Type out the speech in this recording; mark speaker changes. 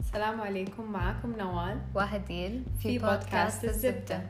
Speaker 1: السلام عليكم معكم نوال
Speaker 2: وهديل
Speaker 1: في بودكاست الزبدة.